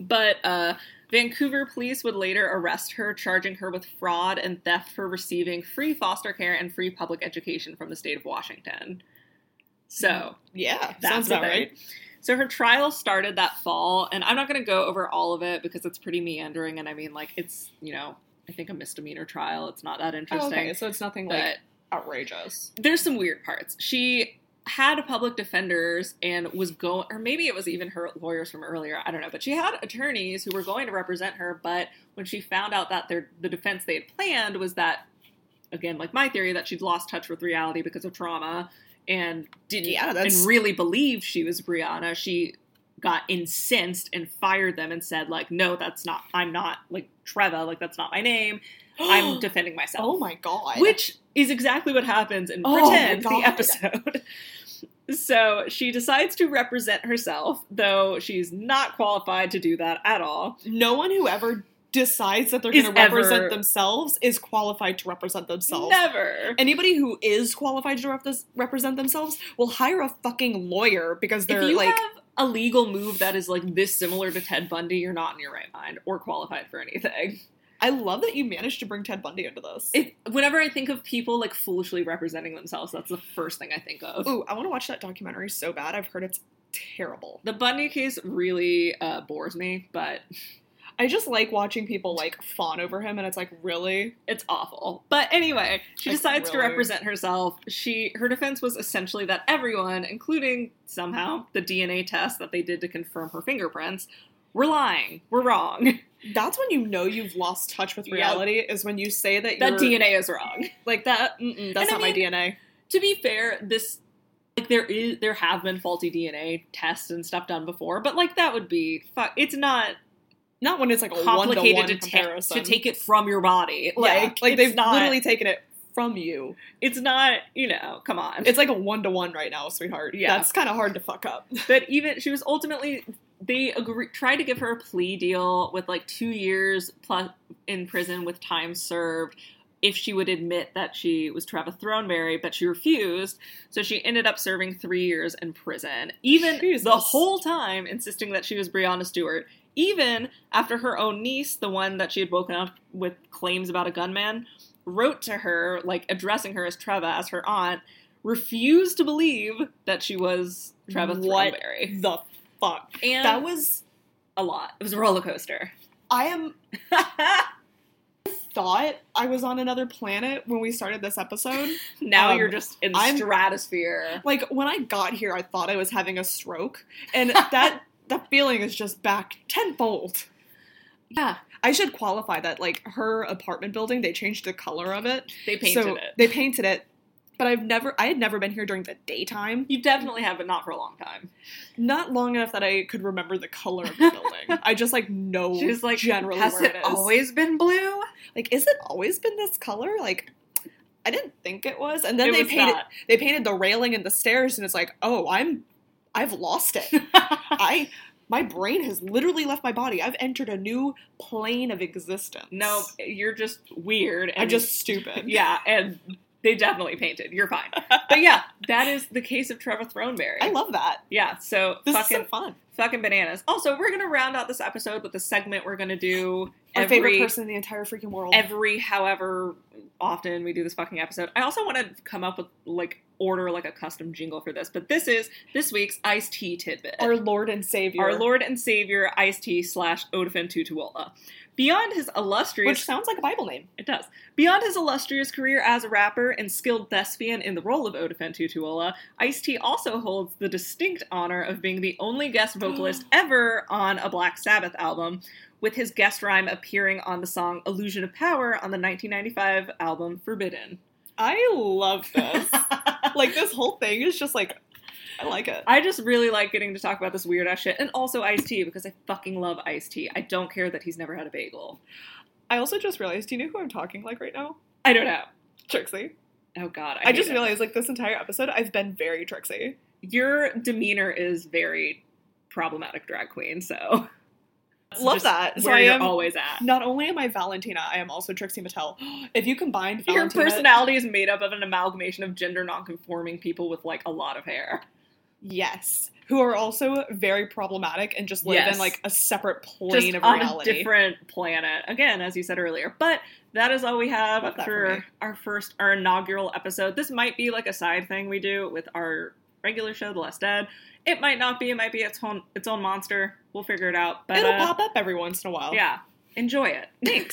S2: But uh Vancouver police would later arrest her, charging her with fraud and theft for receiving free foster care and free public education from the state of Washington. So,
S1: Yeah,
S2: that's
S1: sounds
S2: the
S1: about
S2: thing.
S1: right.
S2: So her trial started that fall, and I'm not going to go over all of it because it's pretty meandering. And I mean, like, it's, you know, I think a misdemeanor trial. It's not that
S1: Oh,
S2: interesting.
S1: okay, so it's nothing
S2: But
S1: like outrageous.
S2: there's some weird parts. She had a public defenders and was going, or maybe it was even her lawyers from earlier. I don't know, but she had attorneys who were going to represent her. But when she found out that their the defense they had planned was that, again, like my theory that she'd lost touch with reality because of trauma and didn't
S1: Yeah, that's-
S2: and really believed she was Brianna, she got incensed and fired them and said like, no, that's not. I'm not like Treva. Like that's not my name. I'm defending myself.
S1: oh my god.
S2: Which is exactly what happens in
S1: Oh, my
S2: Pretend, the
S1: God.
S2: episode. so she decides to represent herself, though she's not qualified to do that at all.
S1: no one who ever decides that they're
S2: Is
S1: going to represent
S2: ever-
S1: themselves is qualified to represent themselves.
S2: Never.
S1: Anybody who is qualified to rep- this- represent themselves will hire a fucking lawyer because they're
S2: if you
S1: like
S2: have a legal move that is like this similar to Ted Bundy, you're not in your right mind or qualified for anything.
S1: I love that you managed to bring Ted Bundy into this.
S2: It, whenever I think of people like foolishly representing themselves, that's the first thing I think of.
S1: Ooh, I want to watch that documentary so bad. I've heard it's terrible.
S2: The Bundy case really uh, bores me, but
S1: I just like watching people like fawn over him, and it's like, really?
S2: it's awful. But anyway, she
S1: Like,
S2: decides
S1: really?
S2: to represent herself. She her defense was essentially that everyone, including somehow the DNA test that they did to confirm her fingerprints, were lying. We're wrong.
S1: That's when you know you've lost touch with
S2: Yep.
S1: reality is when you say that
S2: That
S1: you're,
S2: DNA is wrong.
S1: like that. Mm-mm, that's
S2: And I
S1: not my
S2: mean-
S1: DNA.
S2: To be fair, this like there is there have been faulty DNA tests and stuff done before, but like that would be fuck. It's not
S1: Not when it's like a one to
S2: complicated
S1: one
S2: to, ta-
S1: comparison.
S2: to take it from your body.
S1: like,
S2: Like
S1: like
S2: it's
S1: they've
S2: not,
S1: literally taken it from you.
S2: It's not you know. Come on.
S1: It's like a one to one right now, sweetheart.
S2: Yeah.
S1: that's kind of hard to fuck up.
S2: But even she was ultimately they agree, tried to give her a plea deal with like two years plus in prison with time served if she would admit that she was Trevor Throneberry, but she refused. So she ended up serving three years in prison, even
S1: Jesus.
S2: the whole time insisting that she was Brianna Stewart. Even after her own niece, the one that she had woken up with claims about a gunman, wrote to her, like addressing her as Treva, as her aunt, refused to believe that she was Treva
S1: What
S2: Thornberry.
S1: The fuck.
S2: And
S1: That was.
S2: a lot. It was a roller coaster.
S1: I am thought I was on another planet when we started this episode.
S2: now
S1: Um,
S2: you're just in the
S1: I'm-
S2: stratosphere.
S1: like when I got here, I thought I was having a stroke, and that that feeling is just back tenfold.
S2: Yeah,
S1: I should qualify that like her apartment building, they changed the color of it,
S2: they painted
S1: so
S2: it.
S1: they painted it. But I've never, I had never been here during the daytime,
S2: You definitely have, but not for a long time.
S1: not long enough that I could remember the color of the building. I just like know
S2: She was like,
S1: generally
S2: has
S1: where
S2: it
S1: it is.
S2: always been blue?
S1: like, is it always been this color? Like. I didn't think it was, and then
S2: It
S1: they
S2: was
S1: painted
S2: not.
S1: they painted the railing and the stairs, and it's like, oh, I'm, I've lost it. I my brain has literally left my body. I've entered a new plane of existence.
S2: no, you're just weird. And
S1: I'm just stupid.
S2: yeah, and they definitely painted. You're fine. But yeah, that is the case of Trevor Throneberry.
S1: I love that.
S2: yeah, so
S1: This
S2: fucking
S1: is so fun.
S2: fucking bananas. Also, we're gonna round out this episode with a segment we're gonna do
S1: My
S2: every
S1: favorite person in the entire freaking world.
S2: every however often we do this fucking episode. I also want to come up with like order like a custom jingle for this, but this is this week's iced tea tidbit.
S1: Our Lord and Savior.
S2: Our Lord and Savior iced tea slash Odafin Tutuola. Beyond his illustrious
S1: Which sounds like a Bible name.
S2: It does. Beyond his illustrious career as a rapper and skilled thespian in the role of Odefentu Tuola, Ice-T also holds the distinct honor of being the only guest vocalist ever on a Black Sabbath album, with his guest rhyme appearing on the song Illusion of Power on the 1995 album Forbidden.
S1: I love this. like this whole thing is just like I like it.
S2: I just really like getting to talk about this weird ass shit, and also Ice-T, because I fucking love Ice-T. I don't care that he's never had a bagel.
S1: I also just realized, do you know who I'm talking like right now?
S2: I don't know.
S1: Trixie.
S2: Oh god, I,
S1: I,
S2: hate
S1: just
S2: it.
S1: realized like this entire episode I've been very Trixie.
S2: your demeanor is very problematic drag queen so That's
S1: Love
S2: just
S1: that. So
S2: where
S1: I
S2: you're
S1: am-
S2: always at
S1: Not only am I Valentina, I am also Trixie Mattel. If you combine
S2: your
S1: Valentina,
S2: personality is made up of an amalgamation of gender nonconforming people with like a lot of hair
S1: yes, who are also very problematic and just live
S2: Yes.
S1: in like a separate plane
S2: just
S1: of
S2: on
S1: reality.
S2: a different planet again as you said earlier but that is all we have
S1: Love that for
S2: for
S1: me.
S2: our first our inaugural episode this might be like a side thing we do with our regular show the last dead it might not be it might be its own its own monster we'll figure it out but
S1: It'll
S2: uh,
S1: pop up every once in a while.
S2: yeah enjoy it thanks